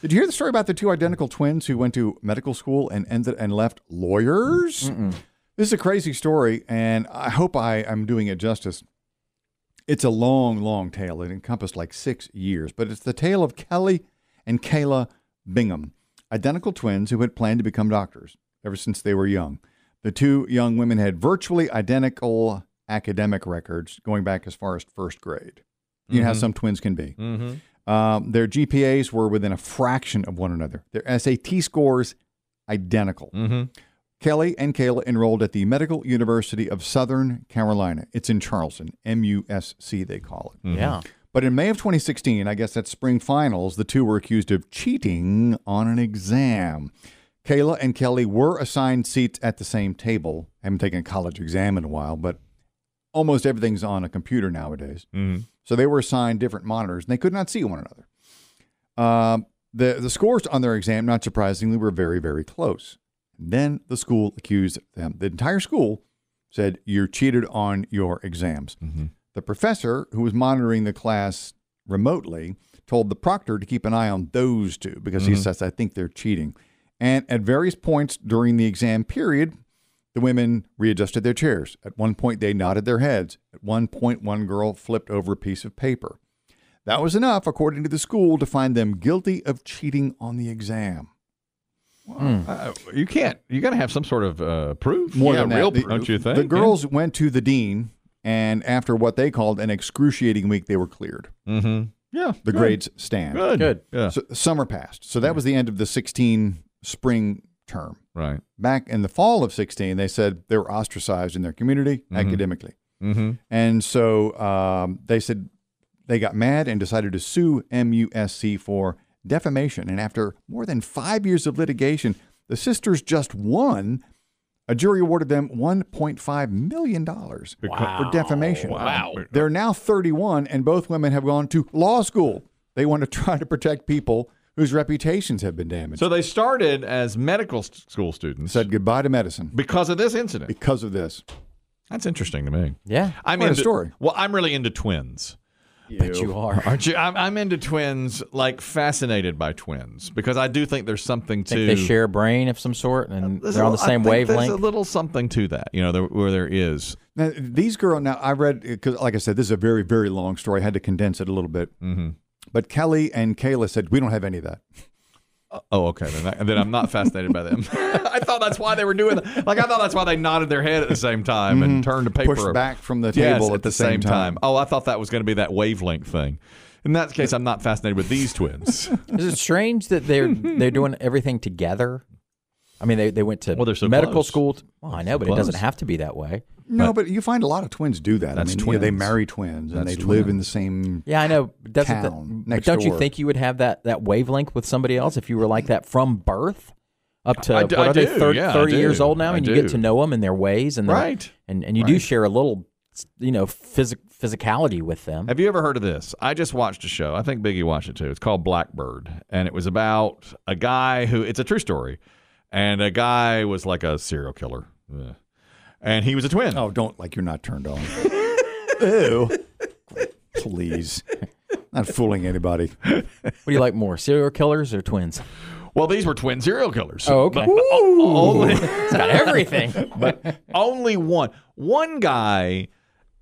Did you hear the story about the two identical twins who went to medical school and ended and left lawyers? This is a crazy story, and I hope I am doing it justice. It's a long, long tale. It encompassed like six years, but it's the tale of Kelly and Kayla Bingham, identical twins who had planned to become doctors ever since they were young. The two young women had virtually identical academic records going back as far as first grade. You know how some twins can be. Mm-hmm, Um, their GPAs were within a fraction of one another. Their SAT scores identical. Mm. mm-hmm, Kelly and Kayla enrolled at the Medical University of Southern Carolina. It's in Charleston, MUSC they call it. Yeah. But in May of 2016, I guess that's spring finals, the two were accused of cheating on an exam. Kayla and Kelly were assigned seats at the same table. I haven't taken a college exam in a while, but almost everything's on a computer nowadays. Mm-hmm. So they were assigned different monitors and they could not see one another. Um, the, the scores on their exam, not surprisingly, were very, very close. Then the school accused them. The entire school said, You cheated on your exams. The professor, who was monitoring the class remotely, told the proctor to keep an eye on those two because he says, I think they're cheating. And at various points during the exam period, the women readjusted their chairs. At one point, they nodded their heads. At one point, one girl flipped over a piece of paper. That was enough, according to the school, to find them guilty of cheating on the exam. Uh, you can't. You got to have some sort of uh, proof. More than that, the- don't you think? The girls went to the dean, and after what they called an excruciating week, they were cleared. Mm-hmm. Yeah. The grades stand. Good. Good. Yeah. So, summer passed. So that was the end of the 16 spring term. right. Back in the fall of 16, they said they were ostracized in their community academically. Mm-hmm. And so um, they said they got mad and decided to sue MUSC for defamation. And after more than five years of litigation, the sisters just won. A jury awarded them $1.5 million for defamation. Wow. They're now 31, and both women have gone to law school. They want to try to protect people whose reputations have been damaged. So they started as medical s- school students Said goodbye to medicine because of this incident. because of this. That's interesting to me. Yeah. I'm Quite a into, story. Well, I'm really into twins. bet you are. Aren't you? I'm, I'm into twins, like fascinated by twins, because I do think there's something to Think they share a brain of some sort and there's they're a- on the I same think There's a wavelength. little something to that, you know, there, where there is. Now, these girls, now I read, because like I said, this is a very, very long story. I had to condense it a little bit. But Kelly and Kayla said, we don't have any of that. Oh, okay. Then, I- then I'm not fascinated by them. I thought that's why they were doing that. Like I thought that's why they nodded their head at the same time and turned a paper Mm-hmm. Pushed up. back from the Yes, table at, the same, time. Oh, I thought that was going to be that wavelength thing. In that case, I'm not fascinated with these twins. Is it strange that they're they're doing everything together? I mean, they, they went to Well, they're so medical close. school. t- well, I know, but it doesn't close. have to be that way. No, but you find a lot of twins do that. That's I mean, you know, they twins. marry twins and That's they live in the same. Yeah, I know. but Doesn't that, Town, but next don't you door. think you would have that, that wavelength with somebody else if you were like that from birth up to I d- what I are do, they 30, yeah, I 30 years do. old now, I and you get do. to know them and their ways, and their- Right. and and you do share a little, you know, physic, physicality with them. Have you ever heard of this? I just watched a show. I think Biggie watched it too. It's called Blackbird, and it was about a guy who. It's a true story, and a guy was like a serial killer, Ugh. and he was a twin. Oh, don't like you're not turned on. Ew. Please. Not fooling anybody. What do you like more, serial killers or twins? Well, these were twin serial killers. Oh, okay. Only, It's got everything. only one. One guy,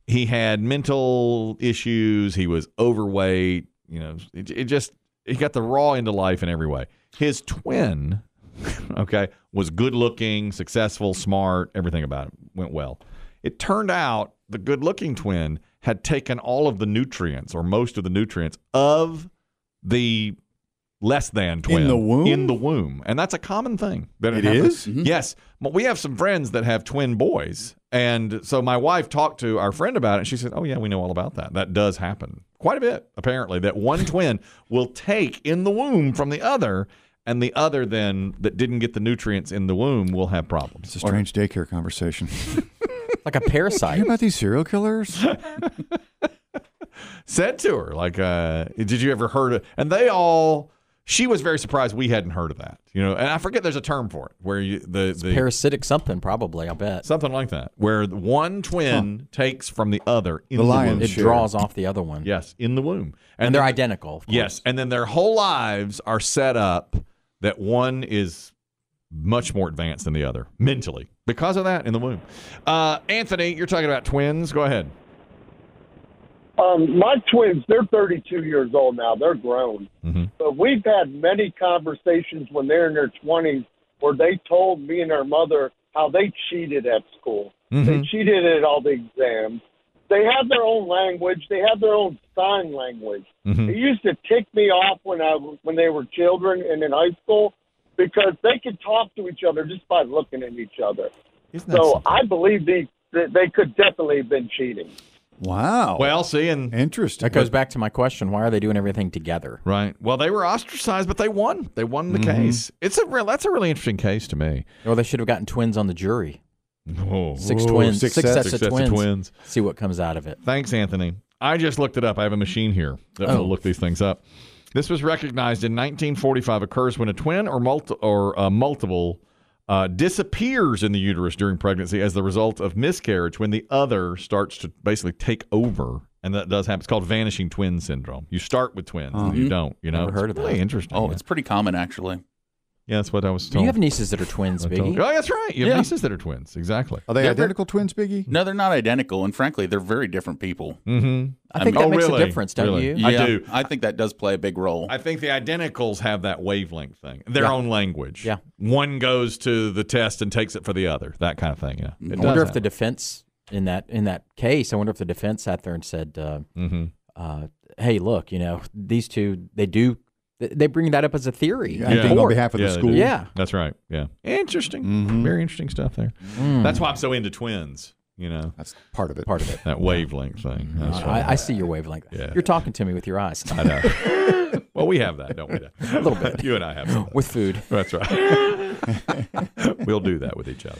he had mental issues. He was overweight. You know, it, it just he got the raw into life in every way. His twin, okay, was good looking, successful, smart. Everything about it went well. It turned out the good looking twin had taken all of the nutrients or most of the nutrients of the less than twin the womb? in the womb, and that's a common thing. That It happens. Yes, but we have some friends that have twin boys, and so my wife talked to our friend about it. And she said, "Oh yeah, we know all about that. That does happen quite a bit, apparently. That one twin will take in the womb from the other." And the other then that didn't get the nutrients in the womb will have problems. It's a strange daycare conversation. Like a parasite. you about these serial killers? said to her, like, uh, did you ever heard of, and they all she was very surprised we hadn't heard of that. You know, and I forget there's a term for it where you, the the Parasitic something, probably, I bet. something like that where the one twin takes from the other in the, lion's womb. It Sure. draws off the other one. Yes, in the womb, And they're then- identical. of course. Yes, and then their whole lives are set up that one is much more advanced than the other mentally because of that in the womb. Uh, Anthony, you're talking about twins. Go ahead. Um, my twins, they're 32 years old now. They're grown. Mhm. But we've had many conversations when they're in their 20s where they told me and their mother how they cheated at school. They cheated at all the exams. They have their own language. They have their own sign language. Mhm. It used to tick me off when I w- when they were children and in high school because they could talk to each other just by looking at each other. Isn't that So something? I believe these that they could definitely have been cheating. Wow. well, see, and interesting. That goes back to my question. Why are they doing everything together? right. Well, they were ostracized, but they won. They won the Mm-hmm. case. It's a real. That's a really interesting case to me. Or they should have gotten twins on the jury. Oh, Six Ooh, twins. six Six, sets. sets, Six of sets of twins. twins. See what comes out of it. Thanks, Anthony. I just looked it up. I have a machine here that Oh. will look these things up. This was recognized in 1945. Occurs when a twin or multi- or uh, multiple uh, disappears in the uterus during pregnancy as the result of miscarriage, when the other starts to basically take over, and that does happen. It's called vanishing twin syndrome. You start with twins, and you don't. You know, Uh-huh. Never heard of it's really that. interesting. Oh, it's pretty common actually. yeah, that's what I was Do told. you have nieces that are twins, told. Biggie? Oh, that's right. You have Yeah. nieces that are twins. Exactly. Are they They're- identical twins, Biggie? No, they're not identical, and frankly, they're very different people. Mm-hmm. I think I that mean- makes really? a difference, don't Really? you? I do. I think that does play a big role. I think the identicals have that wavelength thing, their Yeah. own language. Yeah. One goes to the test and takes it for the other, that kind of thing. Yeah. It I wonder does if the defense in that in that case, I wonder if the defense sat there and said, uh, happen. uh, "Hey, look, you know, these two, they do, they- they bring that up as a theory. in Acting on court. behalf of Yeah, the they do. school. Yeah, Mm-hmm. That's right. Yeah. Interesting. Very interesting stuff there. Mm. That's why I'm so into twins, you know, That's part of it. part of it. Uh, that wavelength thing. That's why. Mm-hmm. I, I see your wavelength. Yeah. You're talking to me with your eyes I know. well, we have that, don't we? A little bit. you and I have that. with food. That's right. we'll do that with each other.